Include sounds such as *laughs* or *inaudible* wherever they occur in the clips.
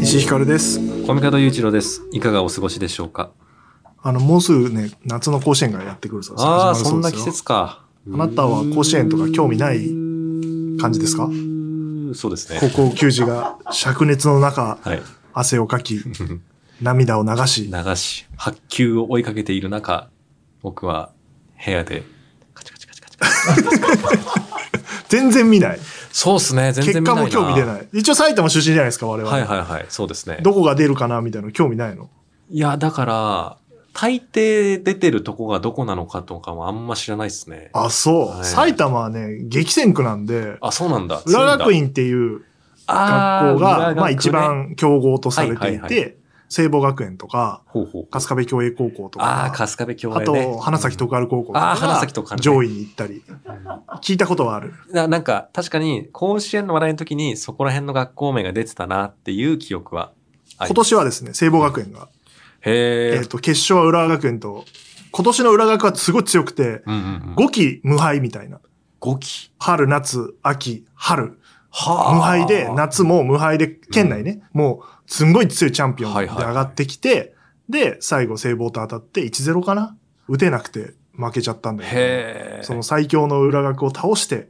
石井ひかるです。コミカド雄一郎です。いかがお過ごしでしょうかあの、もうすぐね、夏の甲子園がやってくるそうです。ああ、始まそんるなうで季すよ節か。あなたは甲子園とか興味ない感じですかうーんそうですね。高校球児が灼熱の中、はい。汗をかき、涙を流し、流し、発球を追いかけている中、僕は部屋で、カチカチカチカチカチ。全然見ない。そうですね、全結然見果ないな。も興味出い。ない。一応埼玉出身じゃないですか、我々。はいはいはい、そうですね。どこが出るかなみたいなの興味ないの。いや、だから、大抵出てるとこがどこなのかとかもあんま知らないですね。あ、そう。はい埼玉はね、激戦区なんで、あ、そうなんだ。浦学院院っていう学学校が、まあ一。番強豪とされていて、はいはいは聖母学園とか、ほうほう。春日部共栄高校とああ、か、春日部共栄あね。と、花咲と徳栄高校とあかー花咲徳栄がね上位に行ったり、聞いたことはある。ななんか、確かに、甲子園の話題の時に、そこら辺の学校名が出てたなっていう記憶はあり今ます。年はですね、聖母学園が、へええっ。と、決勝は浦和学園と、今年の浦和学はすごい強くて、うんうんうん。 5期無敗みたいな。 5期。春、夏、秋、春。は無敗で、夏も無敗で、県内ね、もう、すんごい強いチャンピオンではい上はいはいがってきて、で、最後、聖望と当たって1-0かな打てなくて負けちゃったんだけへえ。ど、その最強の裏学を倒して、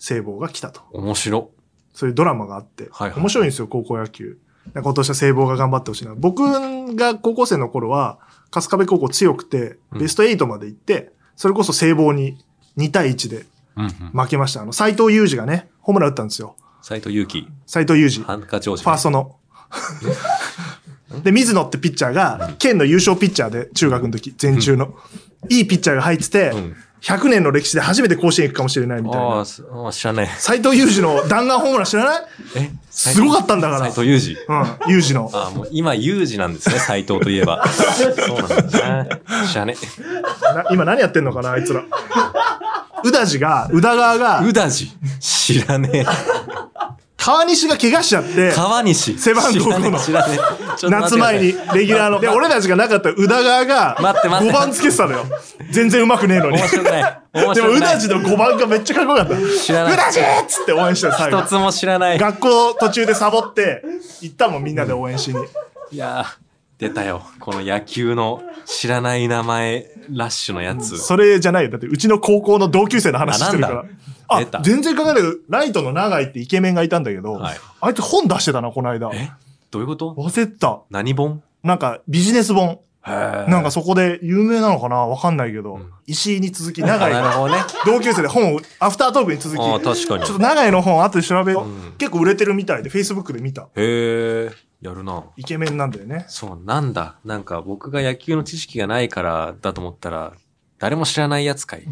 聖望が来たと。面白。そういうドラマがあって、はいはい面白いんですよ、高校野球。だから今年は聖望が頑張ってほしいな。僕が高校生の頃は、春日部高校強くて、うんベスト8まで行って、それこそ聖望に2対1でうんうん。負けました。あの、斎藤裕二がね、ホームラン打ったんですよ。斎藤佑樹。斎藤裕二。ハンカチ王子。ファーストの。 *laughs* で、水野ってピッチャーが、県の優勝ピッチャーで、中学の時、全中の。いいピッチャーが入っててうん、 100年の歴史で初めて甲子園行くかもしれないみたいあなー。すあー、知らない。斎藤裕二の弾丸ホームラン知らないえすごかったんだから斎藤裕う二。ん、裕二 *laughs* の。あーもう今、裕二なんです *laughs* ね、斎藤といえば。そうなんだな。知らねな今何やってんのかな、あいつら。宇田寺が、宇田川え。うが、だじ。知らねえ。川西が怪我しちゃって、川西。背番号五の知らねえ。知らねえちょっ夏と待ってください前にレギュラーの。で、俺たちがなかった宇田川が、待って待って5番つけてたのよ。全然上手くねえのに面。白くない。面でも、白うくな。ないじの5番がめっちゃかっこよかった。知らなうい。なじーっつって応援してる、最後一。つも知らない。学校途中でサボって、行ったもん、みんなで応援しに。いやー、出たよ。この野球の知らない名前、ラッシュのやつ。それじゃないよ。だって、うちの高校の同級生の話してるかあらなんだ。出あた、全然考えないけど、ライトの長井ってイケメンがいたんだけど、はいあいつ本出してたな、この間。えどういうこと忘れてた。何本なんか、ビジネス本。ななんかそこで有名なのかなわかんないけど、ん石井に続き、 *laughs* 長井なるが、ほどね。同級生で本を、アフタートークに続き、ちあょあ、っ確かにと。長井の本後で調べよう、うん結構売れてるみたいで、Facebook で見た。へえ、やるな。イケメンなんだよね。そう、なんだ。なんか僕が野球の知識がないからだと思ったら、誰も知らないやつかい。ね。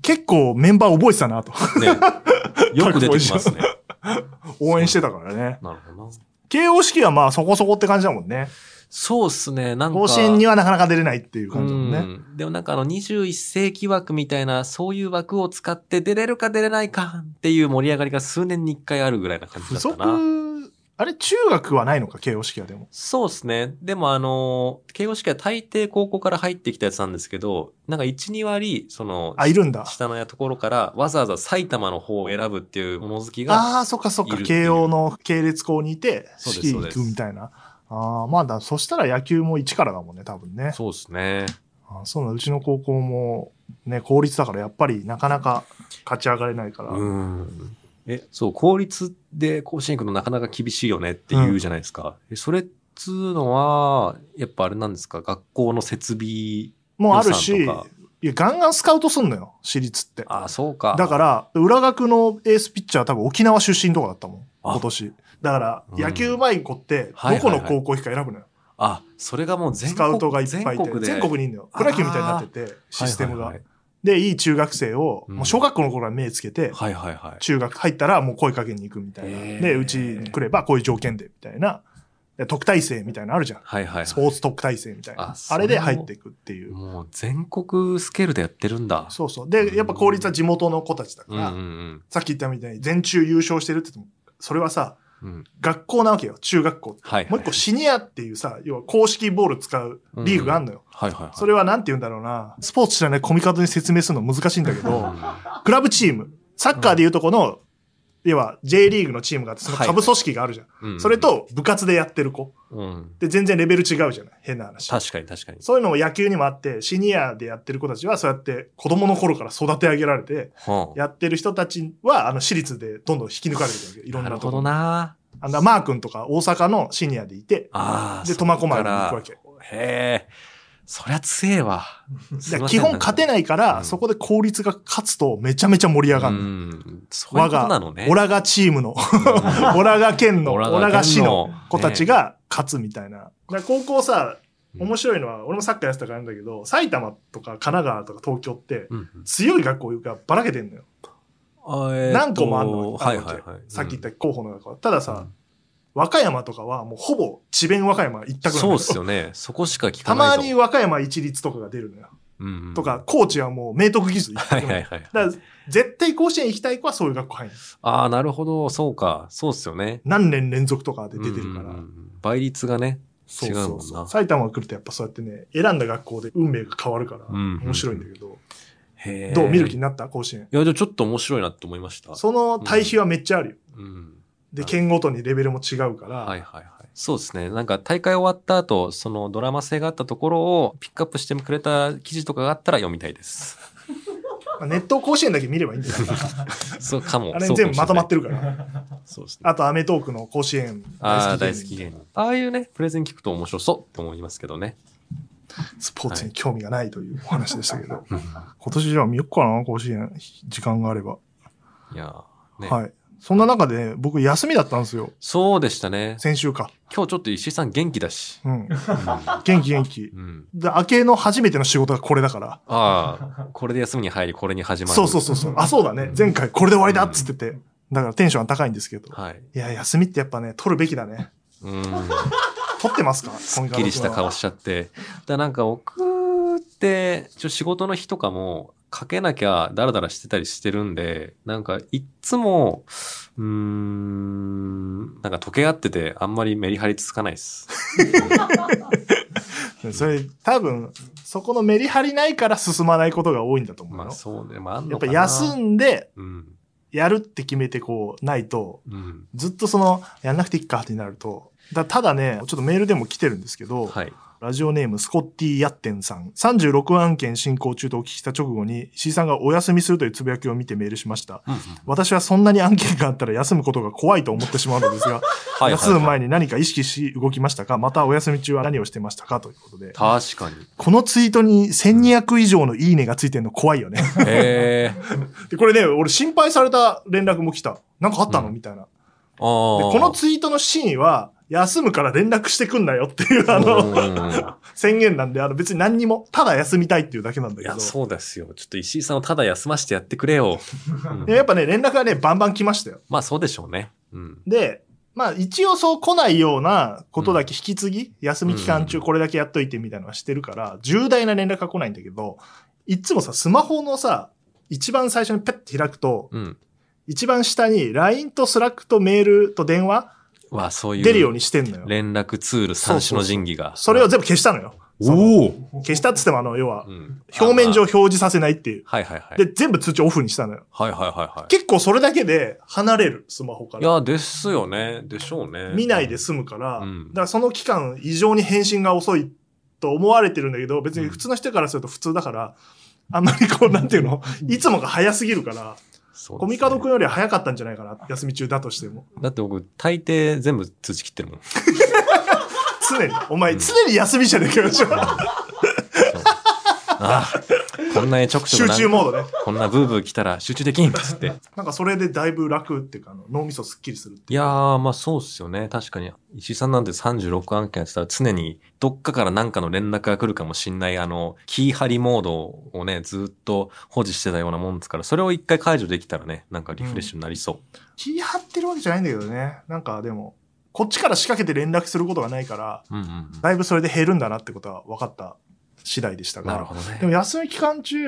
結構メンバー覚えてたなと。 *laughs* よく出てきますね。応援してたからね。なるほどな。慶応式はまあそこそこって感じだもんね。そうっすね。なんか。甲子園にはなかなか出れないっていう感じだもんうね。んでもなんかあの21世紀枠みたいな、そういう枠を使って出れるか出れないかっていう盛り上がりが数年に一回あるぐらいな感じ不だったな。足、あれ中学はないのか、慶応式はでも。そうですね。でもあのー、慶応式は大抵高校から入ってきたやつなんですけど、なんか1、2割、その、あ、いるんだ。下のところからわざわざ埼玉の方を選ぶっていう物好きが、ああ、そっかそっいか。るっていう慶応の系列校にいて、そうです式そう行ですくみたいな。ああ、まあだ、そしたら野球も一からだもんね、多分ね。そうですね。あーそうなのうちの高校も、ね、公立だからやっぱりなかなか勝ち上がれないから。うん。え、そう、公立で甲子園行くのなかなか厳しいよねって言うじゃないですか。えそれっつうのは、やっぱあれなんですか、学校の設備もうある予し、算とかいや、ガンガンスカウトすんのよ、私立って。あ、そうか。だから、裏学のエースピッチャーは多分沖縄出身とかだったもん。あ今年。だから、うん野球うまい子って、はいどはいはこいの高校行くか選ぶのよ。あ、それがもう全国スカウトがいっぱいいて。全国で全国にいるのよ。プロ野球みたいになってて、システムはがい。で、いい中学生を、うんもう小学校の頃から目つけて、はいはいはい。中学入ったらもう声かけに行くみたいへな。ーで、うちに来ればこういう条件で、みたいな。で特待生みたいなのあるじゃん。はいはいはい。スポーツ特待生みたいなあ。そあれれもで入っていくっていう。もう全国スケールでやってるんだ。そうそう。で、やっぱ公立は地元の子たちだかうんうんうら、ん。さっき言ったみたいに全中優勝してるって言っても、それはさ、うん。学校なわけよ。中学校。はいはい。もう一個シニアっていうさ、要は公式ボール使うリーグがあんのよ。はいはいはい。それはなんて言うんだろうな。スポーツ知らないコミカドに説明するの難しいんだけど、クラブチーム。サッカーでいうとこの、要は J リーグのチームがあって、その下部組織があるじゃん。うんそれ、と部活でやってる子。うん。で、全然レベル違うじゃない。変な話。確かに確かに。そういうのも野球にもあって、シニアでやってる子たちは、そうやって子供の頃から育て上げられて、はやってる人たちは、あの、私立でどんどん引き抜かれてるわけ。いあ、ろんななるとこほろどに。な。あのマー君とか大阪のシニアでいて、ああ。で、そっ苫小牧かにら行くわけ。へえ。そりゃ強えわ。だから基本勝てないから、うんそこで効率が勝つとめちゃめちゃ盛り上がる。うん。そういうことなのね。オラガチー *laughs* ムの、うオラガ *laughs* 県の、オオララがガ県市のの子たちねが勝つみたいな。だから高校さ、うん面白いのは、俺もサッカーやってたからなんだけど、埼玉とか神奈川とか東京って、うんうん強い学校がばらけてんのよ。あえーっと何個もあんのはいはいはい。さっき言っうた候補の中は。ただんさ、和歌山とかはもうほぼ智弁和歌山一択なのそうっすよね。そこしか聞たかなまいにぞ。和歌山一律とかが出るのよ。うんうんとか、。高知はもう明徳義塾一は択ないのはいよ。はい。だから、絶対甲子園行きたい子はそういう学校入る。ああ、なるほど。そうか。そうっすよね。何年連続とかで出てるから。うんうんうん倍率がね。そうそう違うそもんう。な埼玉来るとやっぱそうやってね、選んだ学校で運命が変わるから、うんうんうん面白いんだけど。へえ。どう見る気いになった甲子園。や、じゃあちょっと面白いなって思いました。その対比はめっちゃあるよ。うん。で、はい県ごとにレベルも違うから、はいはいはい。そうですね。なんか大会終わった後、そのドラマ性があったところをピックアップしてくれた記事とかがあったら読みたい *laughs* です。まあネット甲子園だけ見ればいいんだ *laughs* よ。そうかも。あれ全部まとまってる。てるから。そうですね。あと、アメトークの甲子園ああ、大好大き好き芸芸人。人。ああいうね、プレゼン聞くと面白そうって思いますけどね。スポーツに興味がないというお話でしたけど。今年じゃあ見よっかな、甲子園。時間があれば。いやーね、はい。そんな中で、僕休みだったんですよ。そうでしたね。先週か。今日ちょっと石井さん元気だし。うん。う元気元気。ん。うんで、明けの初めての仕事がこれだから。ああ、これで休みに入り、これに始まる。そうそうそうそう。あ、そうだね。前回これで終わりだっつってて。だからテンションは高いんですけど。はい。いや、休みってやっぱね、取るべきだね。うん。取ってますかすっきりした顔しちゃって。だなんか僕って、ちょ仕事の日とかも、かけなきゃダラダラしてたりしてるんで、なんかいっつも、うーん、なんか溶け合ってて、あんまりメリハリつかないです。それ、多分、そこのメリハリないから進まないことが多いんだと思うよ。まあそうね、まああんやのっかぱな休んで、うん。やるって決めてこう、ないと、うん。ずっとその、やんなくていいかってなると、だただね、ちょっとメールでも来てるんですけど、はい。ラジオネームスコッティ・ヤッテンさん。36案件進行中とお聞きした直後に、石井さんがお休みするというつぶやきを見てメールしました。うんうん私はそんなに案件があったら休むことが怖いと思ってしまうのですが、はいはいはい休む前に何か意識し動きましたかまたお休み中は何をしてましたかということで。*laughs* 確かに。このツイートに1200以上のいいねがついてるの怖いよね。ええでこれね、俺心配された連絡も来た。なんかあったの、うんみたいな。で、ああ。このツイートの真意は、休むから連絡してくんなよっていう、あの、 *laughs* の、宣言なんで、あの別に何にも、ただ休みたいっていうだけなんだいけど。や、そうですよ。ちょっと石井さんをただ休ませてやってくれよ。うんでやっぱね、連絡がね、バンバン来ましたよ。まあ、そうでしょうね。うん。で、まあ一応そう来ないようなことだけ引き継ぎ、休み期間中うんこれだけやっといてみたいなのはしてるから、重大な連絡が来ないんだけど、いつもさ、スマホのさ、一番最初にペッて開くと、うん。一番下に LINE と Slack とメールと電話は、そういう。出るようにしてんのよ。連絡ツール三種の神器が。それを全部消したのよ。おお消したっつってもあの、要は、表表面上。表示させないっていう。はいはいはい。で、全部通知オフにしたのよ。はいはいはいはい。結構それだけで離れる、スマホかいら。や、ですよね。でしょうね。見ないで。済むから、うんだからその期間異常に返信が遅いと思われてるんだけど、別に普通の人からすると普通だから、あんまりこう、なんていうの、いつもが早すぎるから、そうですコねミカド君よりは早かったんじゃないかな、休み中だとしても。だって僕、大抵全部通知 *laughs* 切ってるもん。常に、お前、うん常に休みじゃねえかよ、ちょそうああ、こんなにちょくち集ょくな中モードね。こんなブーブー来たら集中できんっつって。なんかそれでだいぶ楽っていうか、あの脳みそすっきりするっていやー、まあそうっすよね。確かに。石井さんなんて36案件やってたら常にどっかから何かの連絡が来るかもしんない、あの、キー張りモードをね、ずーっと保持してたようなもんですから、それを一回解除できたらね、なんかリフレッシュになりそう。気張ってるわけじゃないんだけどね。なんかでも、こっちから仕掛けて連絡することがないから、うん、うんうんだいぶそれで減るんだなってことは分かった次第でしたが。なるほどでね。も休み期間中、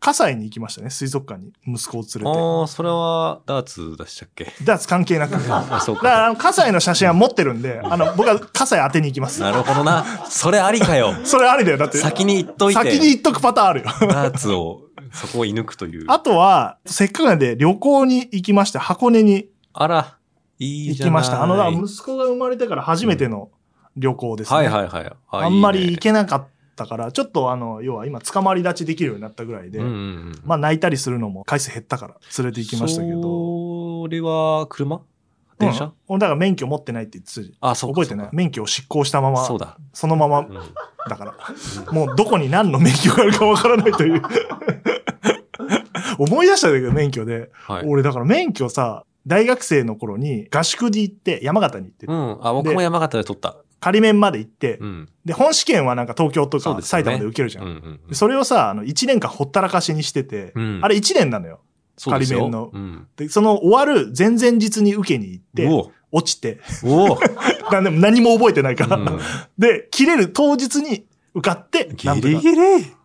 葛西に行きましたね、水族館に、息子を連れああ、それはダーツでしたっ *laughs* けて。ダーツ関係なく。だかあ、そうら、か。あの、葛西の写真は持ってるんで、あの、僕は葛西当てに行きます。なるほどな。それありかよ。それありだよ、だって。先に言っといて。先に言っとくパターンあるよ。ダーツを、そこを射抜くという。あとは、せっかくなんで旅行に行きました。箱根にあら、いい行じきゃない。ました。あの、だから息子が生まれてから初めての旅行です、ねはいはいはい。ああんまり行いけなかったから、ちょっとあの、要は今、捕まり立ちできるようになったぐらいいで、ねうんうんうん。まあ泣いたりするのも回数減ったから連れて行きましたけど。それは車、電車、うん俺だから免許持ってないって言ってたじあ、そうか覚えてない。免許を失効したまま、そうだ。そのままうんだから。もうどこに何の免許があるかわからないという。 *laughs* 思い出したんだけど、免許で。はい。俺だから免許さ、大学生の頃に合宿で行って、山形に行ってう、ん。あ、僕も山形で撮った。仮免まで行ってう、ん。で、本試験はなんか東京とそうかですよね埼玉で受けるじうゃ。んうんんうでん。それをさ、あの、1年間ほったらかしにしてて、うんあれ1年なのよ。そうですよ仮免のうん。で、その終わる前々日に受けに行って、お落ちて、 *laughs* おおなんでも何も覚えてないから、うん *laughs* で、切れる当日に受かって、なんギとリかギリ。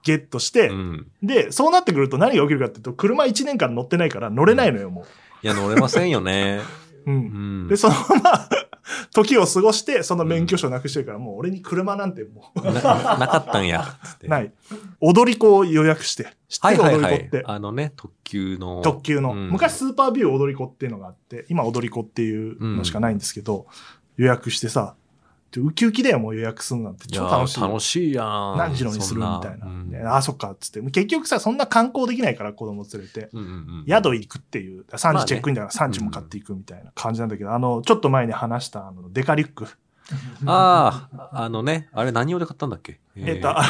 ゲットして、うん。で、そうなってくると何が起きるかっていうと、車1年間乗ってないから乗れないのよ、もいや、乗れません *laughs* よね。う。う。うんんで、。そのまま、 *laughs* 時を過ごして、その免許証なくしてるから、もう俺に車なんてもななかったんや。つってう、ない。踊り子を予約して、知っはているはい踊りは子いって。。あのね、特急の。特急の、うん昔スーパービュー踊り子っていうのがあって、今踊り子っていうのしかないんですけど、予約してさ、でウキウキだよ、もう予約するなんて。いや超楽しい。楽しいやん。何時のにするみたいそな。んでなああ、そっか、っつって。結局さ、そんな観光できないから子供連れて。うんうんうんうん。宿行くっていう、3ま時あねチェックインだから3時も買っていくみたいな感じなんだけど、あの、ちょっと前に話した、あの、デカリュック。ああ、あのね、あれ何用で買ったんだっけえっーと、あ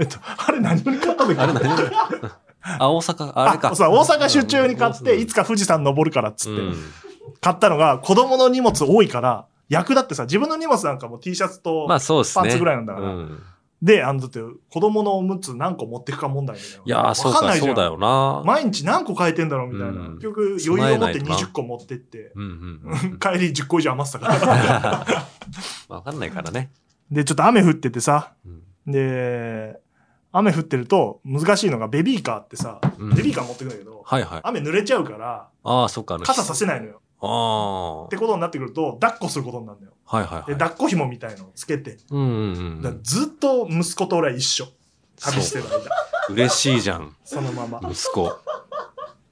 えっと、あれ何を買ったんだっけあれ何用で買ったあ、大阪、あれか。そう大阪出張用に買って、いつかか富士山登るからっつつって、買ったのが、子供の荷物多いから、役立ってさ、自分の荷物なんかも T シャツとま、あそうですね。パンツぐらいなんだからうんで、あの、だって、子供のおむつ何個持ってくか問題みたいな。いやー、そうわかんなか、いじそゃうだん。よな。毎日何個変えてんだろうみたいな。うん結局、余裕を持って備えないとな20個持ってって、うんうんうん。帰り10個以上余ってたから。 *laughs* *laughs* わかんないからね。で、ちょっと雨降っててさ、うんで、雨降ってると難しいのがベビーカーってさ、うんベビーカー持ってくんだけど、はいはい。雨濡れちゃうから、ああ、そうか。あの傘させないのよ。ああ。はってことになってくると、抱っこすることになるのよ。いはいで、はい。抱っこ紐みたいのをつけて、うんうんうだからん。ずっと息子と俺は一緒。旅してる間、嬉しいじゃん、そのまま。息子。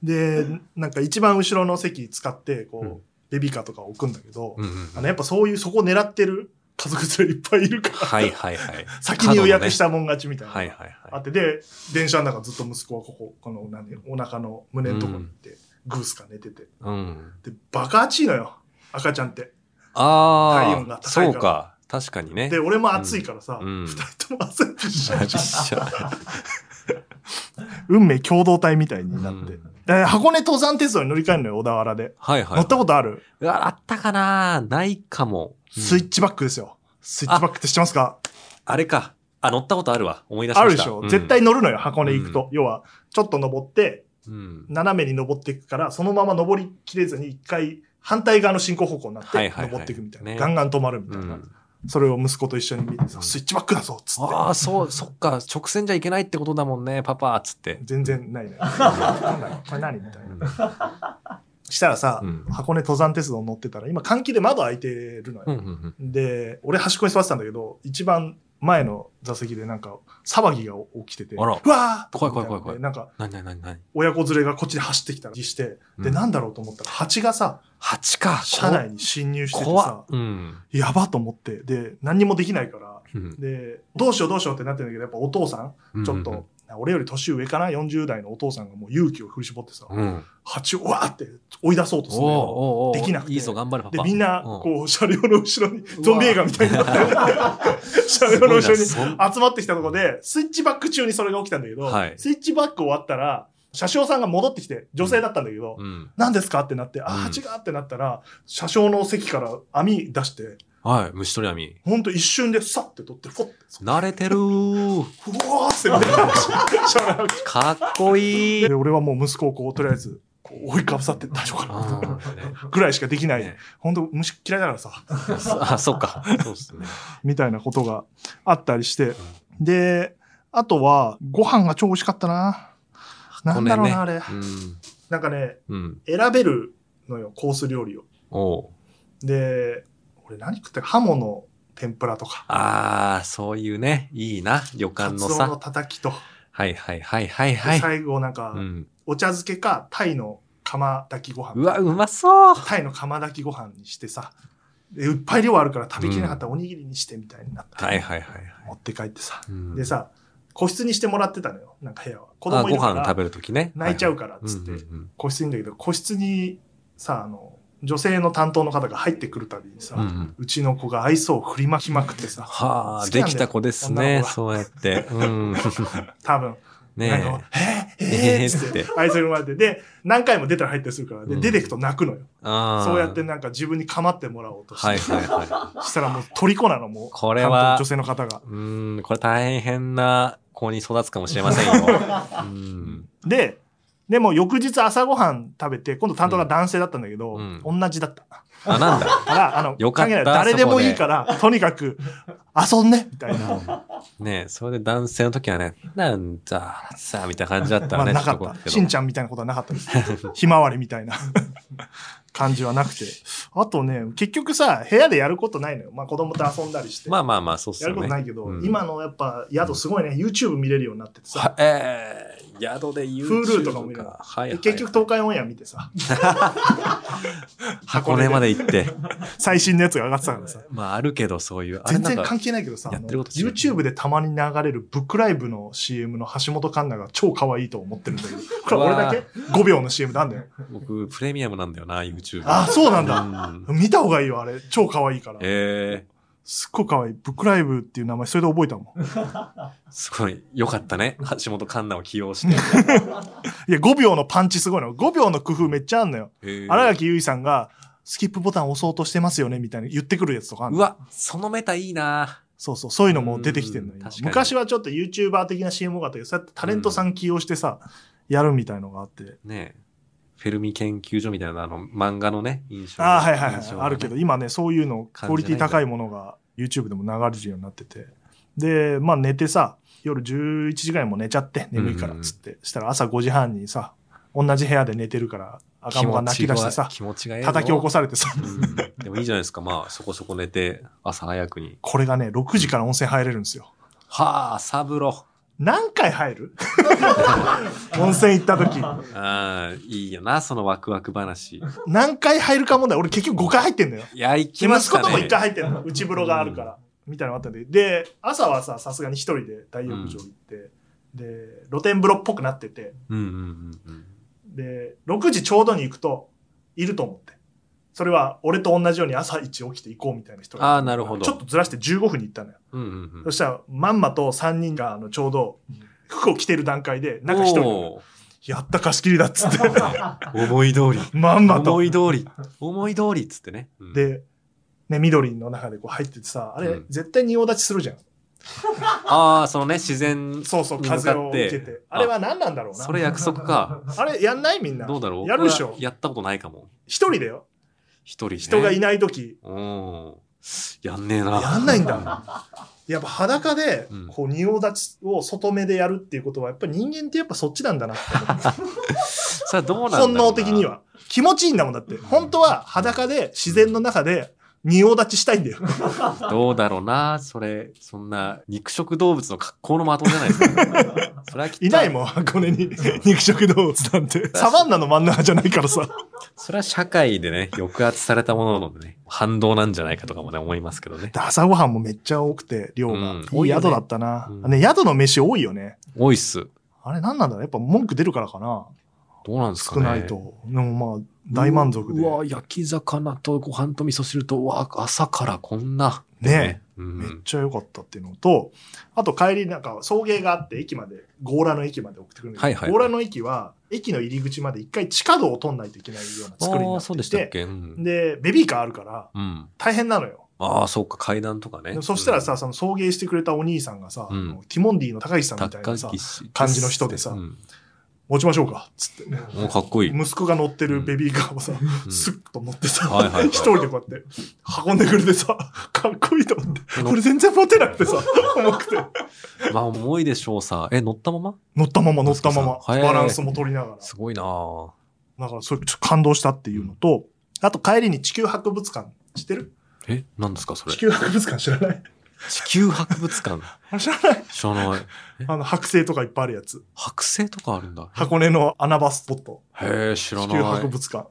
で、なんか一番後ろの席使って、こう、うんベビーカーとか置くんだけど、うんうんうあん。の、やっぱそういう、そこ狙ってる家族連れいっぱいいる *laughs* から、はいはいはい。先に予約したもん勝ちみたいな。はいはいあはって、で、電車の中ずっと息子はここ、この、なんで、お腹の胸のとこに行って、グースか寝てて。い。うん。で、バカ暑いのよ、赤ちゃんって。体あ温が高いかあ、らそうか。確かにね。で、俺も暑いからさ、う二ん人とも汗びっしょびり *laughs* っ *laughs* しょ運命共同体みたいになって。うんで箱根登山鉄道に乗り換えるのよ、小田原で。はいはい。乗ったことある、うわあったかなないかも。うんスイッチバックですよ。スイッチバックって知ってますかあれか。あ、乗ったことあるわ。思い出しまあした。るでしょ、うん絶。対乗るのよ、箱根行くと。要は、ちょっと登って、うん。斜めに登っていくから、そのまま登りきれずに一回、反対側の進行方向になって、はいはいはい登っていくみたいな。ねガンガン止まるみうたいな。んそれを息子と一緒に見てさ、スイッチバックだぞっつって。ああ、そう、そっか。直線じゃいけないってことだもんね、パパっつって。全然ない *laughs* ね。なんだよこれ何みたいな。したらさ、うん箱根登山鉄道乗ってたら、今換気で窓開いてるのよ。うんうんうんで、俺端っこに座ってたんだけど、一番前の座席でなんか騒ぎが起きてて、あらうわー怖い怖い怖い怖いなんかなになになになに親子連れがこっちで走ってきたりして、で、うんなんだろうと思ったら蜂がさ、蜂か。車内に侵入してて怖さっ。、うん。やばと思って、で、何にもできないから、うんで、どうしようどうしようってなってるんだけど、やっぱお父さん、ちょっと、。俺より年上かな ?40 代のお父さんがもう勇気を振り絞ってさ、うん。蜂をわーって追い出そうとするのよおうおうおうできなくていいぞ、頑張れ、パで、パ。みんな、うんこう、車両の後ろに、ゾンビ映画みたいになって、 *laughs* 車両の後ろにすごいなそん集まってきたところで、スイッチバック中にそれが起きたんだけど、はいスイッチバック終わったら、車掌さんが戻ってきて、女性だったんだけど、うん。何ですかってなって、あ、うん蜂がってなったら、車掌の席から網出して、はい、虫取り網。ほんと一瞬でサッて取って、フォッて、慣れてるー。ふわーってなって、車両かっこいい。で、俺はもう息子をこう、とりあえず、こう追いかぶさって大丈夫かなあぐらいしかできない。ねほんと、虫嫌いだからさ、あ、そっか。そうっすね。みたいなことがあったりして。で、あとは、ご飯が超美味しかったな。なんだろうな、あれ。この辺ねなんかね、うん。うん。選べるのよ、コース料理を。おうで、俺何食ったか、ハモの天ぷらとか、ああ、そういうね、いいな、旅カ館ツのオのさ。たたきと、はいはいはいはいではい。最後なんか、うん、お茶漬けか、タイの釜炊きご飯。うわ、うまそう。タイの釜炊きご飯にしてさ、でいっぱい量あるから食べきれなかったらおにぎりにしてみたいになって、はいはいはいはい。持って帰ってさ。うんで、さ、個室にしてもらってたのよ、なんか部屋は。子あ供いごるか飯食ら、べるときね。泣いちゃうかから、つって、うんうん個室にいるんだけど、個室にさ、あの、女性の担当の方が入ってくるたびにさ、うんうんうんうちの子が愛想を振りまきまくってさ、はあ、好きなんだでよきた子です女ねの。子そうやって。うん。 *laughs* 多分、なんねか、えー、えー、えっつっーってつっ、愛想に生まれて、で、何回も出たら入ったりするから、で、うん出てくと泣くのよ。え。ああ。そうやってなんか自分に構ってもらおうとして、はいはいはしたらもう虜なの、もう。これ担当のは女性の方がい。。うん、これ大変な子に育つかもしれま *laughs* せんよ。うん。で、でも翌日朝ごはん食べて、今度担当が男性だったんだけど、うん同じだった。だあ、なんだ。から、あの、よかった関係ない誰でもいいから、とにかく、遊んねみたいな。ねえ、それで男性の時はね、なんだ、さあ、みたいな感じだったまらあ、ね、なかちょとこっうた。けどしんちゃんみたいなことはなかった *laughs* です。ひまわりみたいな感じはなくて。あとね、結局さ、部屋でやることないのよ。まあ、子供と遊んだりして。まあまあまあ、そうっすやよるこね。とないけど、うん今のやっぱ宿すごいね、YouTube 見れるようになっててさ、はえー、宿で YouTube Hulu とかもいるはい、はでい。結局東海オンエア見て *laughs* さ、箱根まで行って。最新のやつが上がってたからさ、まあ、あるけど、そういう。あれ全なん然か関係ないけどさ、やあっのてること違う YouTube でたまに流れるブックライブの CM の橋本環奈が超可愛いと思ってるんだけ *laughs* ど、これ俺だけ ?5 秒の CM なんだよ。僕、プレミアムなんだよな、YouTube。あ、そうなんだ。うん見た方がいいよ、あれ。超可愛いから。えすっごい可愛い。ブックライブっていう名前、それで覚えたもん。ー、すごい、よかったね。橋本環奈を起 *laughs* 用して。いや、5秒のパンチすごいの。5秒の工夫めっちゃあんのよ。えー新垣結衣さんが、スキップボタン押そうとしてますよね、みたいな言ってくるやつとかあんのうわ、そのメタいいな。そうそう、そういうのも出てきてるのうんよ確か。に昔はちょっと YouTuber 的な CM 多かったけど、そうやってタレントさん起用してさ、やるみたいのがあって。ねえフェルミ研究所みたいな、あの、漫画のね、印象。ああ、はいはいはい印象。がねあるけど、。今ね、そういうの、クオリティ高いものが YouTube でも流れるようになってて。で、まあ寝てさ、夜11時ぐらいも寝ちゃって、眠いからっつって。したら朝5時半にさ、同じ部屋で寝てるから、赤気ん坊が持泣ちき出してが、さ、気持ちがええぞ叩き起こされてさ、うんでもいいじゃないですか。まあ、そこそこ寝て、朝早くに。これがね、6時から温泉入れるんですよ。はあ、サブロ。何回入る *laughs* 温泉行った時。ああ、いいよな、そのワクワク話。何回入るか問題。俺結局5回入ってんだよ。いや、行き暇まつしこたとも一ね。回入ってるの内風呂があるから、みたいなのがあったんでで朝はささすがに一人で大浴場行って、で露天風呂っぽくなっててうんうんうんうん。で6時ちょうどに行くといると思ってそれは俺と同じように朝一起きて行こうみたいな人がああ、なるほど。ちょっとずらして15分に行ったのよ、うんうんうそん。したらまんまと3人があのちょうど服を着てる段階でなんか一人おやった貸し切りだっつって *laughs* ー思い通り。まんまと思い通り。思い通りっつってね。うん、でね、緑の中でこう入っててさ、あれ、うん絶対仁王立ちするじゃん。ああ、そのね、自然。そうそう、向かって風を受けて。あれは何なんだろうな。それ約束か。あれやんないみんな。どうだろうやるでしょ僕はやったことないかも。一人だよ。一人ね。人がいないとき。うん。やんねえな。やんないんだ。やっぱ裸でうん、こう、仁王立ちを外目でやるっていうことは、やっぱ人間ってやっぱそっちなんだなって *laughs* 思った *laughs* さあどうなんだろう本な能的に。は。気持ちいいんだもんだって。本当は裸で自然の中で仁王立ちしたいんだよ。どうだろうな。それ、そんな、肉食動物の格好の的じゃないです *laughs* か。それはきっといないもん、箱根に肉食動物なん *laughs* て。サバンナの真ん中じゃないからさ。それは社会でね、抑圧されたもののね、反動なんじゃないかとかもね、思いますけどねで。朝ごはんもめっちゃ多くて、量うが。んいい宿だったな。うんね、宿の飯多いよね。多いっす。あれ何なんだろうやっぱ文句出るからかな。どうなんですか少ね。ないと。でもまあ、大満足でう。わ、焼き魚とご飯と味噌汁と、うわ、朝からこんな。ね。うめっん。ちゃ良かったっていうのと、あと帰りなんか送迎があって駅まで、強羅の駅まで送ってくるんだけど、はいはい強羅の駅は駅の入り口まで一回地下道を通んないといけないようなああ作りになー、っていそうてでしたっけうん。でベビーカーあるからうん。大変なのよ。ああ、そうか、階段とかね。そしたらうさ、ん、その送迎してくれたお兄さんがさ、うんあのティモンディの高岸さんみたい高なさ木、氏感じの人でさうん持ちましょうか、つってね。もうかっこいい。息子が乗ってるベビーカーをさ、うんスッと乗ってさ、はいはいはい一人でこうやって運んでくれてさ、かっこいいと思って、これ全然持てなくてさ、重くて。まあ重いでしょうさ。え、乗ったまま乗ったまま乗ったまま息、子さんはいバランスも取りながら。すごいなぁ。だからそれちょっと感動したっていうのと、あと帰りに地球博物館、知ってるえ、何ですかそれ。地地球球博物館知らない博物館。あれ知らない知らない。あの、剥製とかいっぱいあるやつ。剥製とかあるんだ。箱根の穴場スポット。へえ、知ら地ない。球博物館。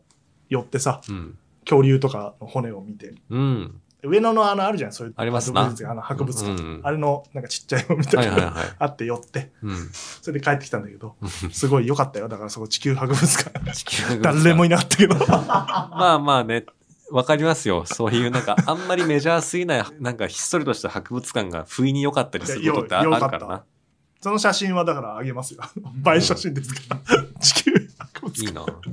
寄ってさ、うん。恐竜とかの骨を見て。うん。上野のあのあるじゃん、そういう。ありますな動物園あの博物館。うんあれの、なんかちっちゃいのみた *laughs* はいいな、はいはい。あって寄って、うん。それで帰ってきたんだけど、すごい良かったよ。だからそこ地球博物館。 *laughs* 地球博物館誰もいなかったけど。まあまあね、わかりますよ。そういうなんか、あ *laughs* んまりメジャーすぎない、なんかひっそりとした博物館が不意に良かったりすることってあいやるよか良からったな。その写真はだからあげますよ。映え写真ですから。地球博物いい館。な。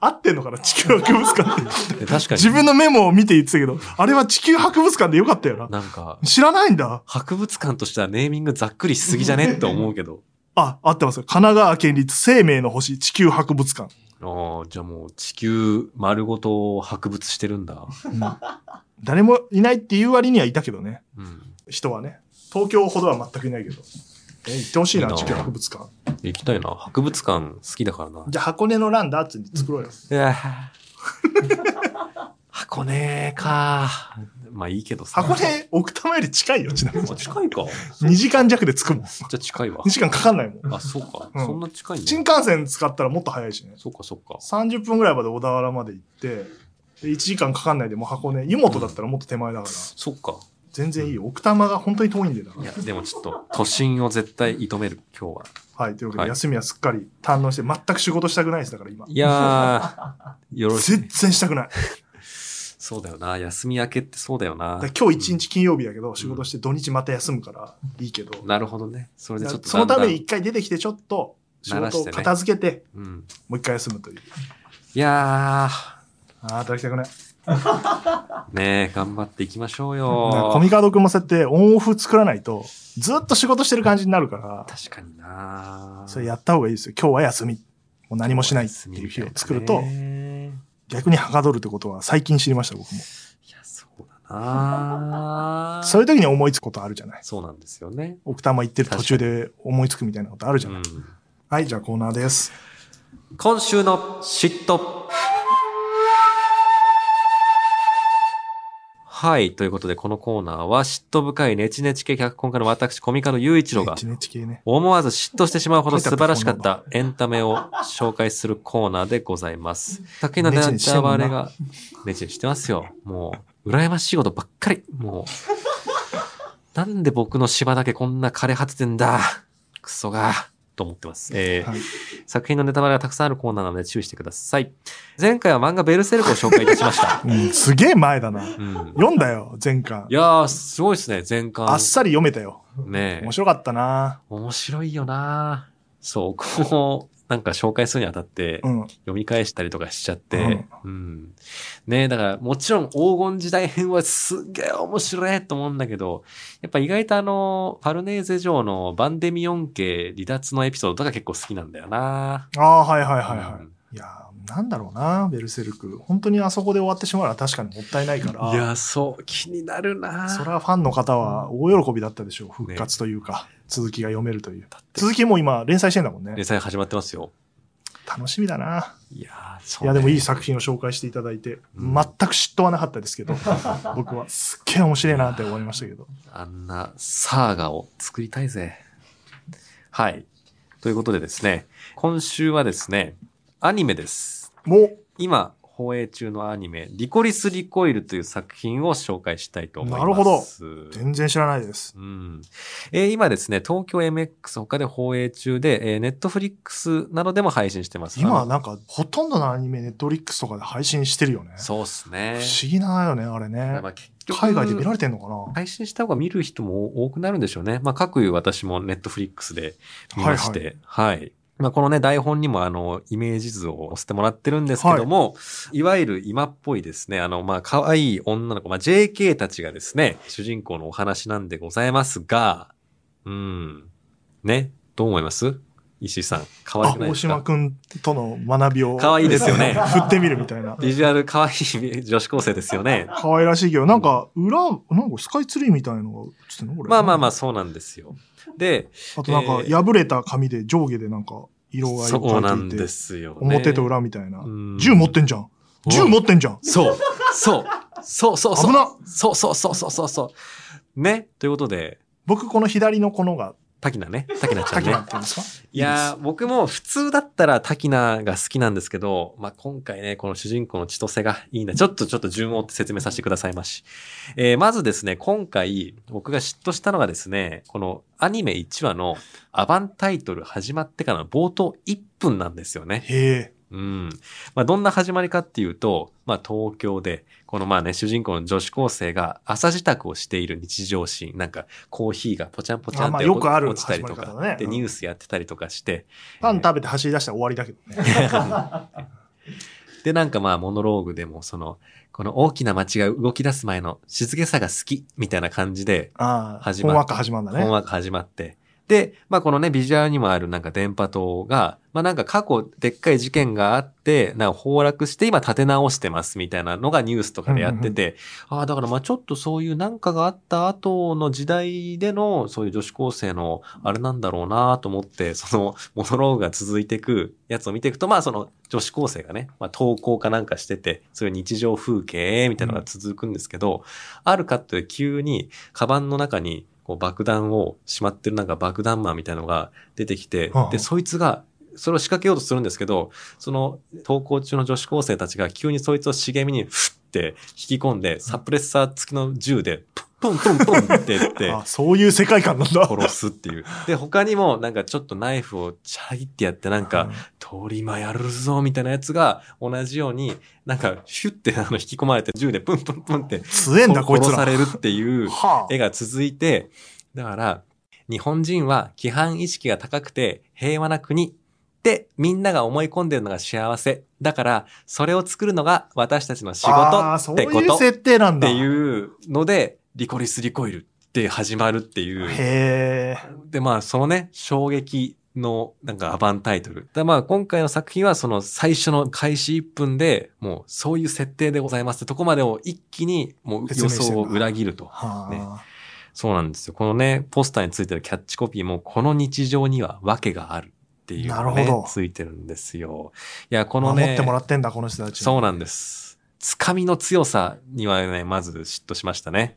合ってんのかな地球博物館って。で確かに。自分のメモを見て言ってたけど、あれは地球博物館で良かったよな。なんか、知らないんだ。博物館としてはネーミングざっくりしすぎじゃねって思うけど。あ、合ってますよ。神奈川県立生命の星地球博物館。ああ、じゃあもう地球丸ごと博物してるんだ。誰もいないっていう割にはいたけどね。うん。人はね。東京ほどは全くいないけど。え、行ってほしいいいな、な地球博物館。行きたいな。博物館好きだからな。じゃあ箱根のランダーツに作ろうよ。いやー箱根か。まあいいけどさ。箱根、奥多摩より近いよ、ちなみにあ。近いか。 2時間弱で着くもん。2じゃあ近いわ。時間かかんないもん。あ、そうか。うんそんな近いん新だ。幹線使ったらもっと早いしね。そうか、そうか。 30分ぐらいまで小田原まで行って、で1時間かかんないでもう箱根、湯本だったらもっと手前だから、そうか。全然いいよ。奥多摩が本当に遠いんでだかいら。や、でもちょっと、都心を絶対射止める、今日は。はい、というわけはでい休みはすっかり堪能して、全く仕事したくないです、だから今。いや *laughs* ー、よろしい。全然したくない。そうだよな。休み明けってそうだよなだから。今日一日金曜日だけど、仕事して土日また休むからいいけど、なるほどね。それでちょっとそのためだにんだん一回出てきてちょっと仕慣ら事しをてね片付けて、うん。もう一回休むという。いやああ、働きたくない。ー、ねえ、頑張っていきましょうコよ。ミカド君もそうやってオンオフ作らないと、ずっと仕事してる感じになるから、確かになそれやった方がいいですよ。今日は休み。もう何もしないっていう日を作ると、ね逆にはかどるってことは最近知りました、僕も。いや、そうだな *laughs* そういう時に思いつくことあるじゃない。そうなんですよね。奥多摩行ってる途中で思いつくみたいなことあるじうゃない。ん、はい、じゃあコーナーです。今週の嫉妬。はい。ということで、このコーナーは、嫉妬深いネチネチ系脚本家の私、コミカの雄一郎が、 NHK ね。思わず嫉妬してしまうほど素晴らしかったエンタメを紹介するコーナーでございます。作品のネタバレが、ネチネチしてますよ。もう、羨ましいことばっかり。もう、なんで僕の芝だけこんな枯れ果ててんだ。クソが。と思ってます。えーはい作品のネタバレがたくさんあるコーナーなので注意してください。前回は漫画ベルセルクを紹介いたしま *laughs* した。うん、すげえ前だな。うん。読んだよ、前回い。やー、すごいですね、前あ巻っ。さり読めたよ。ねえ面白かったな。面白いよなそう、ここをなんか紹介するにあたってう、ん。読み返したりとかしちゃって、うん。ねえだからもちろん黄金時代編はすっげえ面白いと思うんだけど、やっぱ意外とあの、パルネーゼ城のバンデミオン家離脱のエピソードとか結構好きなんだよなああ、はいはいはいはうんい。いやー、なんだろうな、ベルセルク。本当にあそこで終わってしまうのは確かにもったいないから。いや、そう、気になるなそれはファンの方は大喜びだったでしょう。復活というか、続きが読めるという。って続きもう今連載してんだもんね連。載始まってますよ。楽しみだな。いやー、そう、いや、でもいい作品を紹介していただいて、う全くん嫉妬はなかったですけど、 *laughs* 僕はすっげえ面白いなって思いましたけど。あんなサーガを作りたいぜ。はい。ということでですね、今週はですね、アニメです。もう、今、放映中のアニメ、リコリス・リコイルという作品を紹介したいと思います。なるほど全然知らないです。うんえー今ですね、東京 MX 他で放映中で、えー、Netflix などでも配信してます。今あのなんか、ほとんどのアニメ、ネットフリックスとかで配信してるよね。そうっすね不。思議なよね、あれね。まあ結局海外で見られてんのかな配信した方が見る人も多くなるんでしょうね。まあ、各有私もネットフリックスで見まして、はい、まあ、このね、台本にもあの、イメージ図を載せてもらってるんですけども、い、わゆる今っぽいですね、あの、まあ、可愛い女の子、まあ、JK たちがですね、主人公のお話なんでございますが、うん、ね、どう思います石井さん。可愛あ、くない大です島かくんとの学びを。可愛いですよね *laughs* 振ってみるみたいな。ビジュアル可愛い女子高生ですよ *laughs* ね。可愛らしいけど、なんか、裏、なんかスカイツリーみたいのが映ってんのこれ。まあまあまあ、そうなんですよ。で、あとなんか、えー破れた紙で上下でなんか、色合いそをうな描んいていでて、すよ、ね。表と裏みたいなう。ん銃持ってんじゃん。銃持ってんじゃん。そう。そう。そうそうそう。危なそうそうそうそうそうそう。ね。ということで、僕、この左のこのが、滝菜ね。滝菜ちゃん滝ねな。って言うんですかいやー僕も普通だったら滝菜が好きなんですけど、まあ、今回ね、この主人公の千歳がいいんだ。ちょっとちょっと順を追って説明させてくださいまし。えーまずですね、今回僕が嫉妬したのがですね、このアニメ1話のアバンタイトル始まってからの冒頭1分なんですよね。へえ。うん。まあ、どんな始まりかっていうと、まあ、東京で、このまあね、主人公の女子高生が朝支度をしている日常シーン、なんか、コーヒーがぽちゃんぽちゃんあまっあてよくある落ちたりと始まりか方、だねで、うんニュースやってたりとかして、パン食べて走り出したら終わりだけどね。で、なんかまあ、モノローグでも、その、この大きな街が動き出す前の静けさが好き、みたいな感じで、ああ、始まほるんわか始まるんだ本ね。枠始まって。で、まあこのね、ビジュアルにもあるなんか電波塔が、まあなんか過去でっかい事件があって、なんか崩落して今立て直してますみたいなのがニュースとかでやってて、ああ、だからまあちょっとそういうなんかがあった後の時代での、そういう女子高生のあれなんだろうなと思って、その *laughs* モノローグが続いていくやつを見ていくと、まあその女子高生がね、まあ投稿かなんかしてて、そういう日常風景みたいなのが続くんですけど、あるカットで急に、カバンの中に、こう爆弾をしまってるなんか爆弾魔みたいなのが出てきては、あで、そいつが、それを仕掛けようとするんですけど、その登校中の女子高生たちが急にそいつを茂みにフッて引き込んで、サプレッサー付きの銃で、プンプンプンプンってやって、あそういう世界観なんだ。殺す *laughs* っていう。で、他にもなんかちょっとナイフをチャリってやってなんか、通り魔やるぞみたいなやつが同じように、なんかヒュッてあの引き込まれて銃でプンプンプンって強えんだ、こいつ殺ら。さはれるっていう。あ。絵が続いて、だから、日本人は規範意識が高くて平和な国ってみんなが思い込んでるのが幸せ。だから、それを作るのが私たちの仕ああ事そっうてこいとうっ設定なんだ。ていうので、リコリスリコイルって始まるっていう。へえ。で、まあ、そのね、衝撃のなんかアバンタイトル。だまあ、今回の作品はその最初の開始1分でもうそういう設定でございますってとこまでを一気にもう予想を裏切ると。はあ。ねそうなんですよ。このね、ポスターについてるキャッチコピーも、この日常には訳があるっていうのがなるほねど、ついてるんですよ。いや、この守っねて、もらってんだ、この人たち。そうなんです。つかみの強さにはね、まず嫉妬しましたね。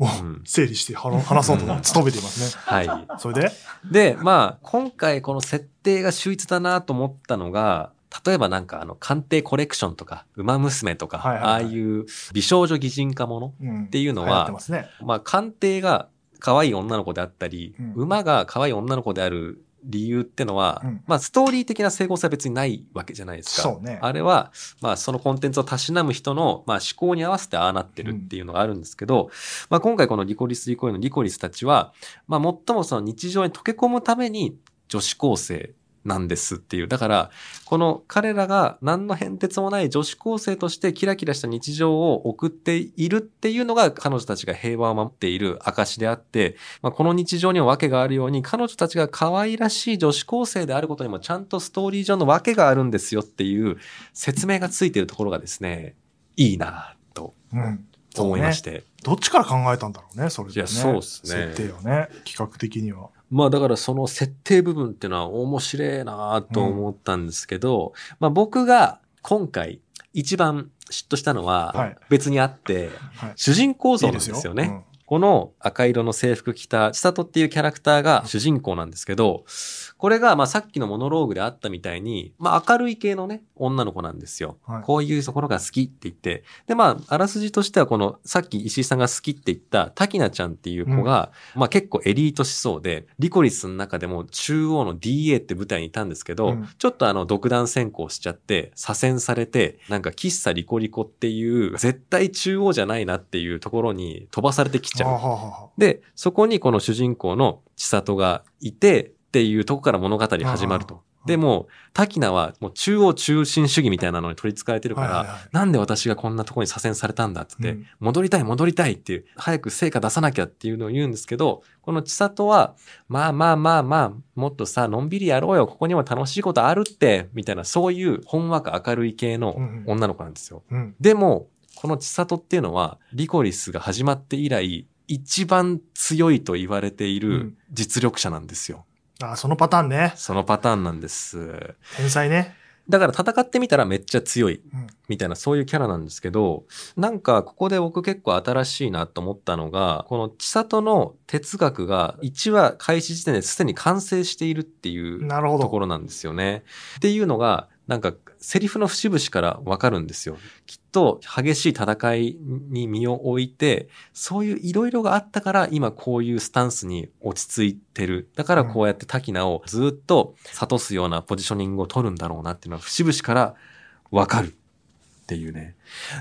おうん整理してはろ *laughs* 話そうと努めていますね。はい。それでで、まあ、今回この設定が秀逸だなと思ったのが、例えばなんかあの、鑑定コレクションとか、馬娘とか、はいはいはいああいう美少女擬人化ものうん。っっていうのはってますね。まあ、鑑定が可愛い女の子であったり、うん馬が可愛い女の子である理由ってのは、うんまあ、ストーリー的な整合性は別にないわけじゃないですか。そうねあれは、まあ、そのコンテンツをたしなむ人の、まあ、思考に合わせてああなってるっていうのがあるんですけど、まあ、今回このリコリス・リコイのリコリスたちは、まあ、最もその日常に溶け込むために女子高生なんですっていう。だから、この彼らが何の変哲もない女子高生としてキラキラした日常を送っているっていうのが彼女たちが平和を守っている証であって、まあ、この日常には訳があるように彼女たちが可愛らしい女子高生であることにもちゃんとストーリー上の訳があるんですよっていう説明がついているところがですね、いいなぁとうん。思いまして。どっちから考えたんだろうね、それで、ね。いやそうっすね設定をね、企画的には。まあだからその設定部分っていうのは面白いなと思ったんですけど、まあ僕が今回一番嫉妬したのははい別にあって、はい。主人公像いないんでですすよ。よね。この赤色の制服着た千里っていうキャラクターが主人公なんですけど、これがまあさっきのモノローグであったみたいに、まあ明るい系のね、女の子なんですよ。はいこういうところが好きって言って。でまあ、あらすじとしてはこのさっき石井さんが好きって言った滝菜ちゃんっていう子が、まあ結構エリート思想で、リコリスの中でも中央の DA って舞台にいたんですけど、うんちょっとあの独断専行しちゃって、左遷されて、なんか喫茶リコリコっていう、絶対中央じゃないなっていうところに飛ばされてきちゃはうあ。はあはで、そこにこの主人公の千里がいてっていうとこから物語始まると。あでもう、タキナはもう中央中心主義みたいなのに取り憑かれてるから、はいはいはいなんで私がこんなとこに左遷されたんだっつって、うん戻りたい戻りたいっていう、早く成果出さなきゃっていうのを言うんですけど、この千里は、まあまあまあまあ、もっとさ、のんびりやろうよ、ここにも楽しいことあるって、みたいな、そういうほんわか明るい系のうんうん女の子なんですよ。うん。でも、この千里っていうのは、リコリスが始まって以来、一番強いと言われていうるん実力者なんですよ。あ、そのパターンね。そのパターンなんです。天才ね。だから戦ってみたらめっちゃ強いうん、みたいなそういうキャラなんですけど、なんかここで僕結構新しいなと思ったのが、この千里の哲学が1話開始時点ですでに完成しているっていうなるほとこど。ろなんですよね。っていうのが、なんか、セリフの節々からわかるんですよ。きっと、激しい戦いに身を置いて、そういういろいろがあったから、今こういうスタンスに落ち着いてる。だからこうやってタキナをずっと諭すようなポジショニングを取るんだろうなっていうのは、節々からわかる。っていうね。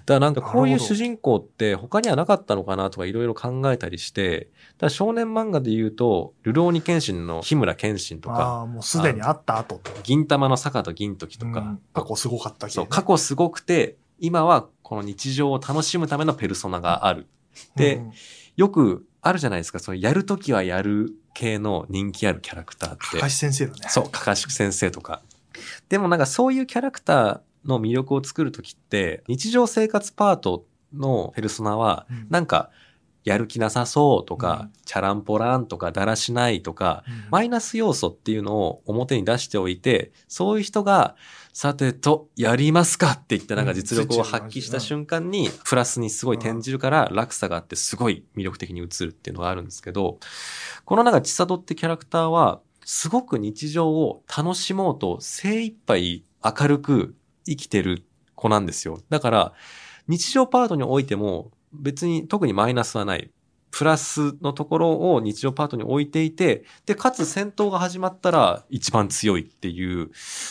だからなんかこういなうるほど主人公って他にはなかったのかなとかいろいろ考えたりして、だから少年漫画で言うと、ルローニケンシンの日村剣心とか、ああ、もうすでにあった後と銀玉の坂と銀時とか、うん過去すごかったけどそうね過去すごくて今はこの日常を楽しむためのペルソナがあるでうんよくあるじゃないですかそのやるときはやる系の人気あるキャラクターってかかし先生だね。そうかかし先生とかでもなんかそういうキャラクターの魅力を作るときって日常生活パートのペルソナはうんなんかやる気なさそうとか、うんチャランポランとかだらしないとかうんマイナス要素っていうのを表に出しておいて、そういう人が、さてと、やりますかって言ってなんか実力を発揮した瞬間に、プラスにすごい転じるから、落差があってすごい魅力的に映るっていうのがあるんですけど、この中、千里ってキャラクターは、すごく日常を楽しもうと精一杯明るく生きてる子なんですよ。だから、日常パートにおいても、別に特にマイナスはない。プラスのところを日常パートに置いていて、で、かつ戦闘が始まったら一番強いっていう、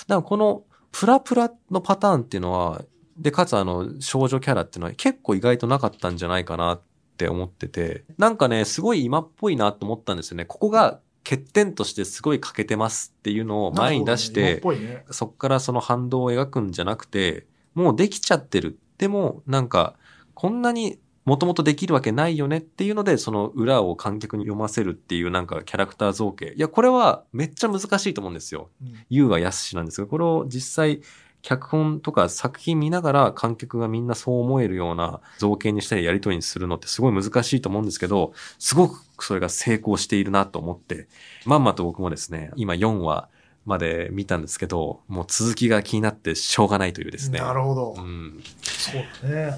なんかこのプラプラのパターンっていうのは、で、かつあの少女キャラっていうのは結構意外となかったんじゃないかなって思ってて、なんかね、すごい今っぽいなと思ったんですよね。ここが欠点としてすごい欠けてますっていうのを前に出しなんてか、こうね今っぽいね。そっからその反動を描くんじゃなくて、もうできちゃってる。でも、なんか、こんなにもともとできるわけないよねっていうので、その裏を観客に読ませるっていうなんかキャラクター造形。いや、これはめっちゃ難しいと思うんですよ。うん優は安しなんですが、これを実際、脚本とか作品見ながら観客がみんなそう思えるような造形にしたりやりとりにするのってすごい難しいと思うんですけど、すごくそれが成功しているなと思って、まんまと僕もですね、今4話まで見たんですけど、もう続きが気になってしょうがないというですね。なるほど。うん。そうだね。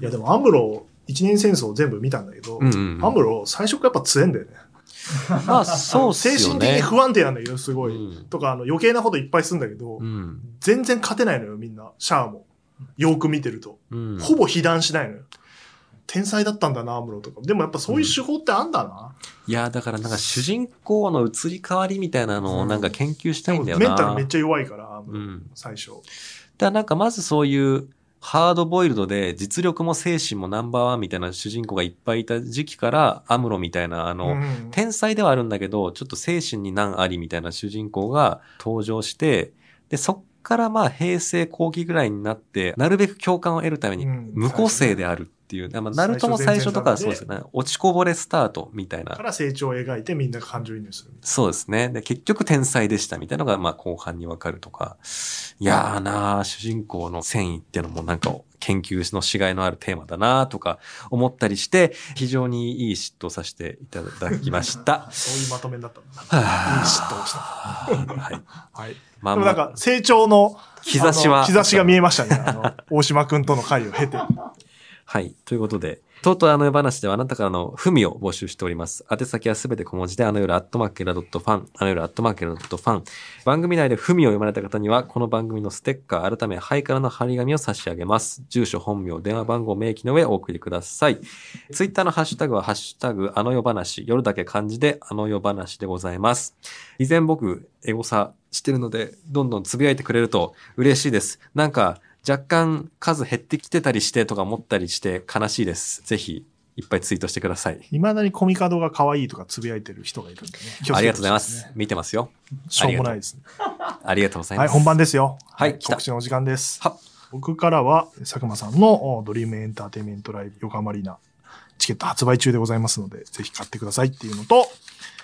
いや、でもアムロ、一年戦争全部見たんだけど、うんうんうんアムロ、最初からやっぱ強いんだよね。まあ、そうっすよ精神ね。的に不安定なんだけど、すごい。うんとか、あの、余計なこといっぱいするんだけど、うん。全然勝てないのよ、みんな。シャアも。よく見てると。うん。ほぼ被弾しないのよ。天才だったんだな、アムロとか。でもやっぱそういう手法ってあんだな。いや、だからなんか主人公の移り変わりみたいなのをなんか研究したいんだメよンな。タルめっちゃ弱いから、アムうロ、ん。最初。だからなんかまずそういうハードボイルドで実力も精神もナンバーワンみたいな主人公がいっぱいいた時期からアムロみたいなあの、うん天才ではあるんだけどちょっと精神に難ありみたいな主人公が登場してでそっからまあ平成後期ぐらいになってなるべく共感を得るためにうん無個性であるっていう、まあ、ナルトも最初とかはそうですよね落ちこぼれスタートみたいなから成長を描いてみんなが感情移入するみたいそうですね。で、結局天才でしたみたいなのが、まあ後半にわかるとか。いやーなー、主人公の繊維っていうのもなんか研究のしがいのあるテーマだなーとか思ったりして、非常にいい嫉妬をさせていただきましな。た。そう *laughs* いうまとめだったんだな。はいい嫉妬をしたはい。はい。までもあまなんかあ、、成長の、兆しはあの兆しが見えましたね。あの、 *laughs* 大島くんとの会を経て。はい。ということで、とうとうあの世話ではあなたからの文を募集しております。宛先はすべて小文字で、あの夜アットマーケラドットファン、あの夜アットマーケラドットファン。番組内で文を読まれた方には、この番組のステッカー、改め、ハイからの貼り紙を差し上げます。住所、本名、電話番号、明記の上お送りください。ツイッターのハッシュタグは、ハッシュタグ、あの世話、夜だけ漢字で、あの世話でございます。以前僕、エゴサしてるので、どんどんつぶやいてくれると嬉しいです。なんか、若干数減ってきてたりしてとか思ったりして悲しいです。ぜひ、いっぱいツイートしてください。いまだにコミカドが可愛いとかつぶやいてる人がいるんでね。ありがとうございます。。見てますよ。しょうもないですね。ありがとうございはまい、す。本番ですよ。はい来た告知のお時間ですは。僕からは、佐久間さんのおドリームエンターテインメントライブ横浜アリーナ、チケット発売中でございますので、ぜひ買ってくださいっていうのと、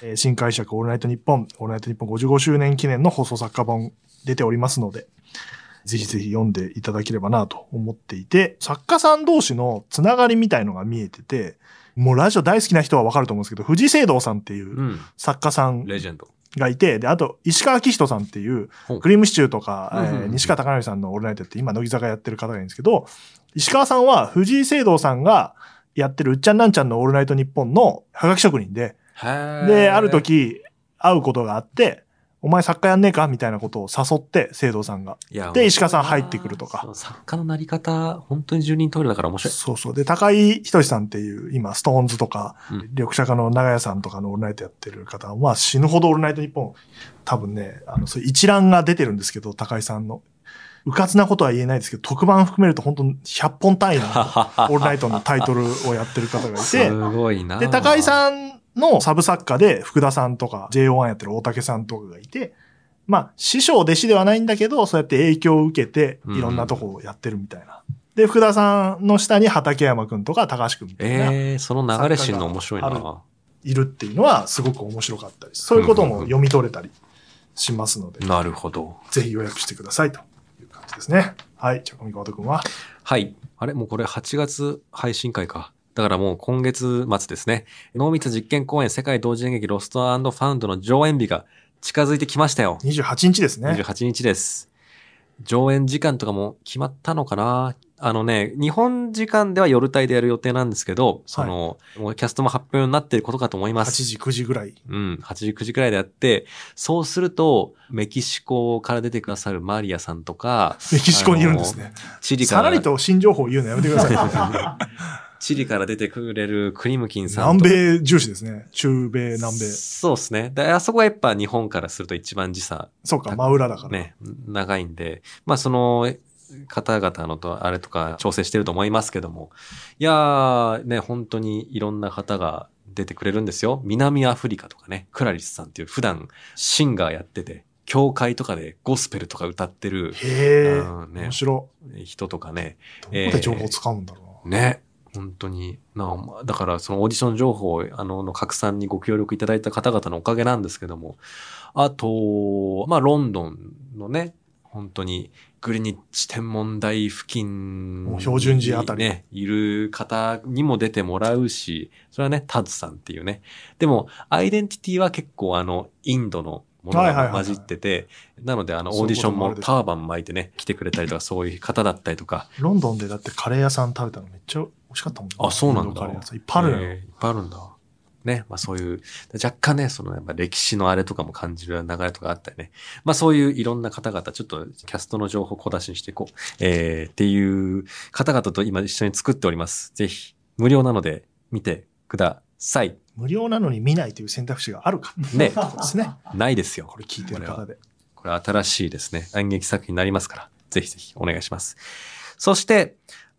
えー新解釈オールナイトニッポン、オールナイトニッポン55周年記念の放送作家本出ておりますので、ぜひぜひ読んでいただければなと思っていて、作家さん同士のつながりみたいのが見えてて、もうラジオ大好きな人はわかると思うんですけど、藤井聖堂さんっていううん。作家さんレジェンド。がいて、で、あと、石川明人さんっていうほう、クリームシチューとか、えうんうんうーん西川貴教さんのオールナイトって今、乃木坂やってる方がいるんですけど、石川さんは藤井聖堂さんがやってるうっちゃんなんちゃんのオールナイト日本のハガキ職人で、で、である。時、会うことがあって、お前作家やんねえかみたいなことを誘って、聖堂さんが。いやで石川さん入ってくるとか。そう作家のなり方、本当に住人トイレだから面白い。そうそう。で、高井仁さんっていう、今、ストーンズとか、うん緑茶家の長屋さんとかのオールナイトやってる方は、まあ死ぬほどオールナイト日本、多分ね、あの、そういう一覧が出てるんですけど、高井さんの。うかつなことは言えないですけど、特番含めると本当100本単位のオールナイトのタイトルをやってる方がいて *laughs* す、ごいな。で、高井ん。さんのサブ作家で福田さんとか JO1 やってる大竹さんとかがいて、まあ、師匠弟子ではないんだけど、そうやって影響を受けて、いろんなとこをやってるみたいな。で、福田さんの下に畠山くんとか高橋くんみたいな、えー、その流れ知るの面白い作家がな。いるっていうのはすごく面白かったり、そういうことも読み取れたりしますので、なるほど。ぜひ予約してくださいという感じですね。はい、じゃあ、小見川くんは。はい。あれもうこれ8月配信会か。だからもう今月末ですね。濃密実験公演世界同時演劇ロストファウンドの上演日が近づいてきましたよ。 28日ですね。 28日です。上演時間とかも決まったのかなあのね、日本時間では夜帯でやる予定なんですけど、その、もうキャストも発表になっていることかと思いま8す。時、9時ぐらい。うん、8時、9時くらいでやって、そうすると、メキシコから出てくださるマリアさんとか、メキシコにいるんですね。チリかさららり、と新情報言うのやめてください。チリから出てくれるクリムキンさん南とか。米重視ですね。中米、南米。そうですね。で、あそこはやっぱ日本からすると一番時差そうか、真裏だから。ね、長いんで、まあその方々のとあれとか調整してると思いますけども、いやーね、本当にいろんな方が出てくれるんですよ。南アフリカとかね、クラリスさんっていう普段シンガーやってて、教会とかでゴスペルとか歌ってる、へえ、うんね面、白人とかね、い。どこで情報使うんだろうな。ね、本当に、なお前だからそのオーディション情報あのの拡散にご協力いただいた方々のおかげなんですけども、あと、まあ、ロンドンのね、本当にグリニッチ天文台付近もうに標準時あたりね、いる方にも出てもらうし、それはね、タズさんっていうね。でも、アイデンティティは結構あの、インドのものはいはいはがいはい混じってて、なのであの、そういうオーディションこともあもるでしょターバン巻いてね、来てくれたりとか、そういう方だったりとか、ロンドンでだってカレー屋さん食べたのめっちゃ美味しかったもんねあそうなんだインドカレー屋さんいっぱいあるのよえーいっぱいあるんだ。ね。まあそういう、若干ね、そのやっぱ歴史のあれとかも感じる流れとかあったりね。まあそういういろんな方々、ちょっとキャストの情報を小出しにしていこう。えーっていう方々と今一緒に作っております。ぜひ、無料なので見てください。無料なのに見ないという選択肢があるかってね。ことですね。ないですよこ。れ聞いてる方で。これ新しいですね。演劇作品になりますから、ぜひぜひお願いします。そして、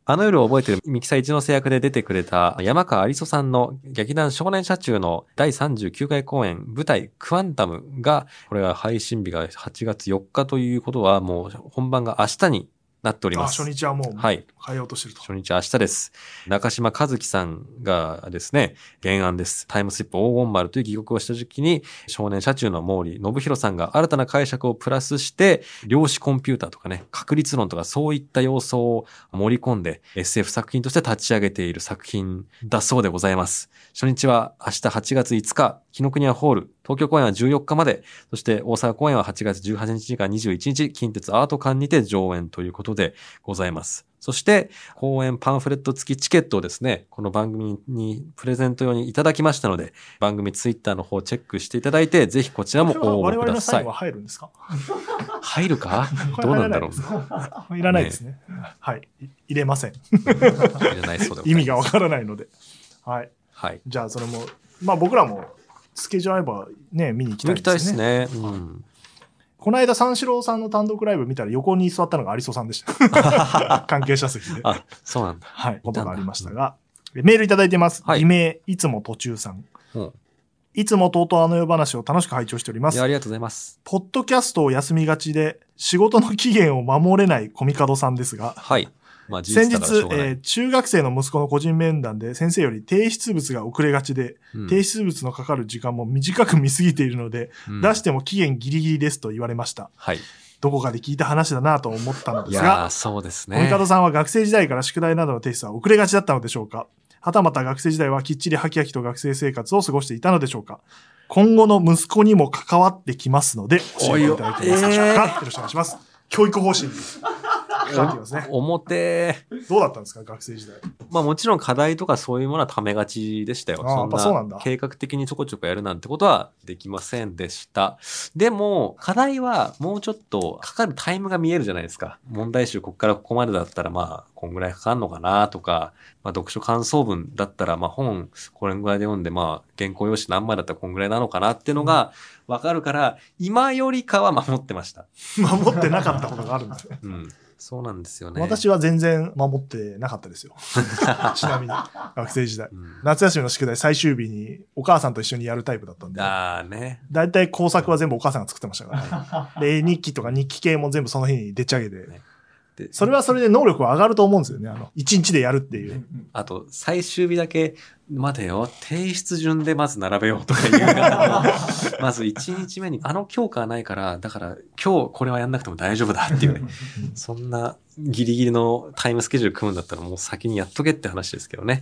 あの夜を覚えてるミキサー一ノ瀬役で出てくれた山川有磯さんの劇団少年社中の第39回公演舞台クワンタムが、これは配信日が8月4日ということはもう本番が明日になっておりあ、ます。初日はもうはい。変えようとしてると。初日は明日です。中島和樹さんがですね、原案です。タイムスリップ黄金丸という戯曲をした時期に、少年社中の毛利信弘さんが新たな解釈をプラスして、量子コンピューターとかね、確率論とかそういった要素を盛り込んで、SF 作品として立ち上げている作品だそうでございます。初日は明日8月5日、紀ノ国屋ホール、東京公演は14日まで、そして大阪公演は8月18日から21日、近鉄アート館にて上演ということでございます。そして、公演パンフレット付きチケットをですね、この番組にプレゼント用にいただきましたので、番組ツイッターの方をチェックしていただいて、ぜひこちらもこれは応我募く々のだサさインいは。入るんですか入るか *laughs* これどう入らなんなだいろうですかいらないです *laughs* ね。はい。い入れません。入れないそうでございます意味がわからないので。はい。はい。じゃあ、それも、まあ僕らもスケジュール合えばね、見に行きた行いきたいでですすね。ね。うん。この間、三四郎さんの単独ライブ見たら横に座 *laughs* ったのが有曽さんでした。関係者席で。あ、そうなんだ。はい。ことがありましたが、メールいただいてます。はい偽名、いつも途中さん。うんいつもとうとうあの世話を楽しく拝聴しておりまいすや、あ。りがとうございます。ポッドキャストを休みがちで、仕事の期限を守れないコミカドさんですが、はい。まあ、事先実日だからしょう、がえない。ー中学生の息子の個人面談で先生より提出物が遅れがちで、うん提出物のかかる時間も短く見すぎているので、うん出しても期限ギリギリですと言われました。はい。どこかで聞いた話だなと思ったのいですやがー、、そうですコミねカ。ドさんは学生時代から宿題などの提出は遅れがちだったのでしょうかはたまた学生時代はきっちりハキハキと学生生活を過ごしていたのでしょうか今後の息子にも関わってきますので、教えていただけますでしょうか、よろしくお願いします。教育方針に書いてますね。表、どうだったんですか学生時代。 *laughs* まあもちろん課題とかそういうものはためがちでしたよ。あーやっぱそうなんだ計画的にちょこちょこやるなんてことはできませんでした。でも、課題はもうちょっとかかるタイムが見えるじゃないですか。問題集ここからここまでだったらまあ、こんぐらいかかんのかなとか、まあ読書感想文だったらまあ本これぐらいで読んでまあ原稿用紙何枚だったらこんぐらいなのかなっていうのがわかるから、今よりかは守ってました。守ってなかったことがあるんですね。うん。そうなんですよね。私は全然守ってなかった *laughs* ですよ。ちなみに、学生時代。うん、夏休みの宿題最終日にお母さんと一緒にやるタイプだったんで。だね。大体工作は全部お母さんが作ってましたから *laughs* ね。で、絵日記とか日記系も全部その日に出ち上げて。でそれはそれで能力は上がると思うんですよね。あの、一日でやるっていう。あと、最終日だけ、待てよ、提出順でまず並べようとか言うから、 *laughs* まず1日目に、あの教科はないから、だから今日これはやんなくても大丈夫だっていうね、そんなギリギリのタイムスケジュール組むんだったらもう先にやっとけって話ですけどね。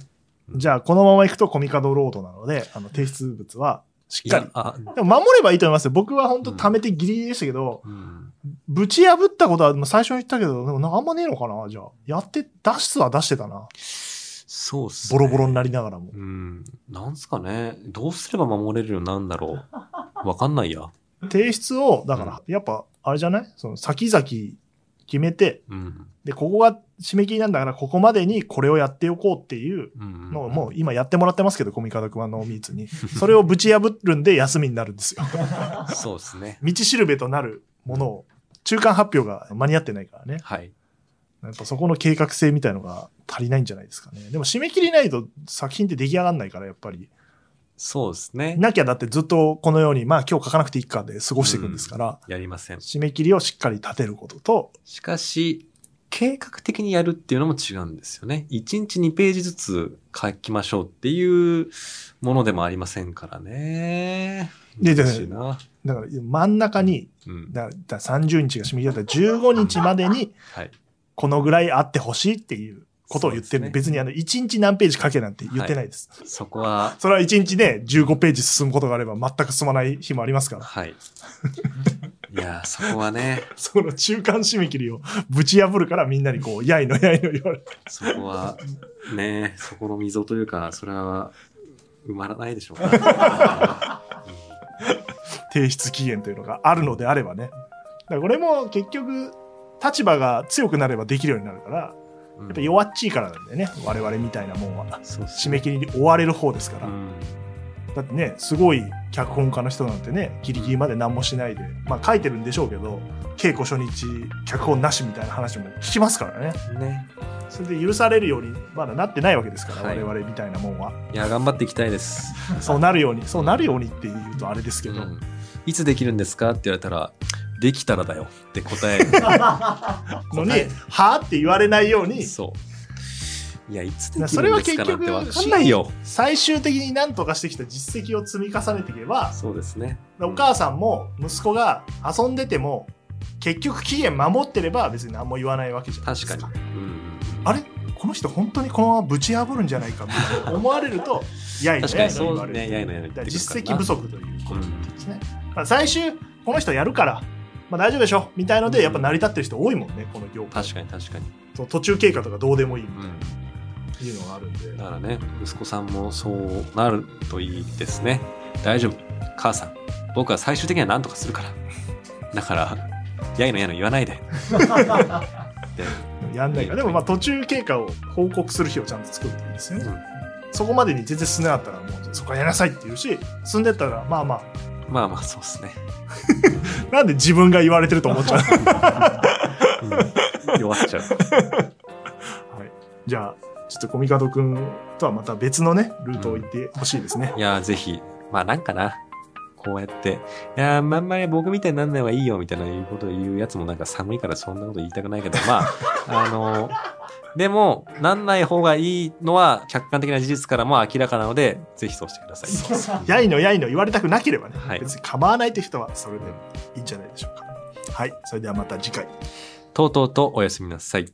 じゃあ、このまま行くとコミカドロードなので、あの、提出物はしっいかやり、。あ、でも守ればいいと思いますよ。僕は本当貯めてギリギリでしたけど、うん。ぶち破ったことは、まあ最初に言ったけど、でもなんかあんまねえのかなじゃあ。やって、出すは出してたな。そうっす、ボロボロになり。りながらも。うん。なんすかね。どうすれば守れるようになるんだろう。わかんないや。提出を、だから、やっぱ、あれじゃないその、先々決めて、うん。で、ここが締め切りなんだから、ここまでにこれをやっておこうっていううん。のを、もう今やってもらってますけど、コミカドクマノーミーツに。それをぶち破るんで休みになるんですよ。 *laughs* そうですね。道しるべとなるものを、中間発表が間に合ってないからね。はい。やっぱそこの計画性みたいのが足りないんじゃないですかね。でも締め切りないと作品って出来上がんないから、やっぱり。そうですね。なきゃだってずっとこのように、まあ今日書かなくていいかで過ごしていくんですから、やりません。締め切りをしっかり立てることと、しかし、計画的にやるっていうのも違うんですよね。1日2ページずつ書きましょうっていうものでもありませんからね。でで難しいな。だから真ん中に、うん。だだから30日が締め切りだったら15日までにはい。このぐらいあってほしいっていうことを言ってる、そうですね別にあの1日何ページ書けなんて言ってないです。そこは、それは1日で15ページ進むことがあれば全く進まない日もありますから、はい。いやー、そこはね、その中間締め切りをぶち破るからみんなにこう、やいのやいの言われてそこは、ね、そこの溝というか、それは埋まらないでしょうか。提出期限というのがあるのであればね。だからこれも結局、立場が強くなればできるようになるから、やうんっぱ弱っちいからなんだよね。我々みたいなもんは。そうっす締め切りに追われる方ですから。うんだってね、すごい脚本家の人なんてね、ギリギリまで何もしないで、まあ書いてるんでしょうけど、稽古初日、脚本なしみたいな話も聞きますからね。ね。それで許されるようにまだなってないわけですから、はい我々みたいなもんは。いや、頑張っていきたいです。そうなるように、そうなるようにって言うとあれですけど、うんいつできるんですかって言われたら、できたらだよって答え。 *laughs* のに答え、はぁって言われないように、そう。いや、いつだでからきそれるんはです結かなん局てわかんないよ。最終的に何とかしてきた実績を積み重ねていけばそうですね。お母さんも息子が遊んでても結局期限守ってれば別に何も言わないわけじゃないです確かかに。うんあれこの人本当にこのままぶち破るんじゃないかみたいな *laughs* 思われるとやいの確かやにいの言わそうれね、るやいのやいのだ言っからてくる実から績な不足ということなんですね、まあ、最終この人やるから、まあ、大丈夫でしょみたいのでやっぱ成り立ってる人多いもんねこの業界確かに確かに。その途中経過とかどうでもいいっうんていうのがあるんで、だからね、息子さんもそうなるといいですね。大丈夫。母さん、僕は最終的には何とかするから。だから、やいのやいの言わないで。ででもやんないからでもまあ途中経過を報告する日をちゃんと作るといいですよね、うんそこまでに全然進んでなかったらもうそこはやりなさいって言うし進んでったらまあまあまあまあ、そうですね。なんで自分が言われてると思っちゃう、うん弱っちゃう。はい、じゃあちょっとコミカドくんとはまた別のね、ルートを行ってほしいですね。いやー、ぜひ。まあなんかな。こうやって。いやー、まんまり僕みたいになんない方がいいよ、みたいないうことを言うやつもなんか寒いからそんなこと言いたくないけど、ま *laughs* あ、あのーでも、なんない方がいいのは客観的な事実からも明らかなので、ぜひそうしてください。そうそうやいのやいの言われたくなければね、はい別に構わないという人はそれでいいんじゃないでしょうか。はい。それではまた次回。とうとうとおやすみなさい。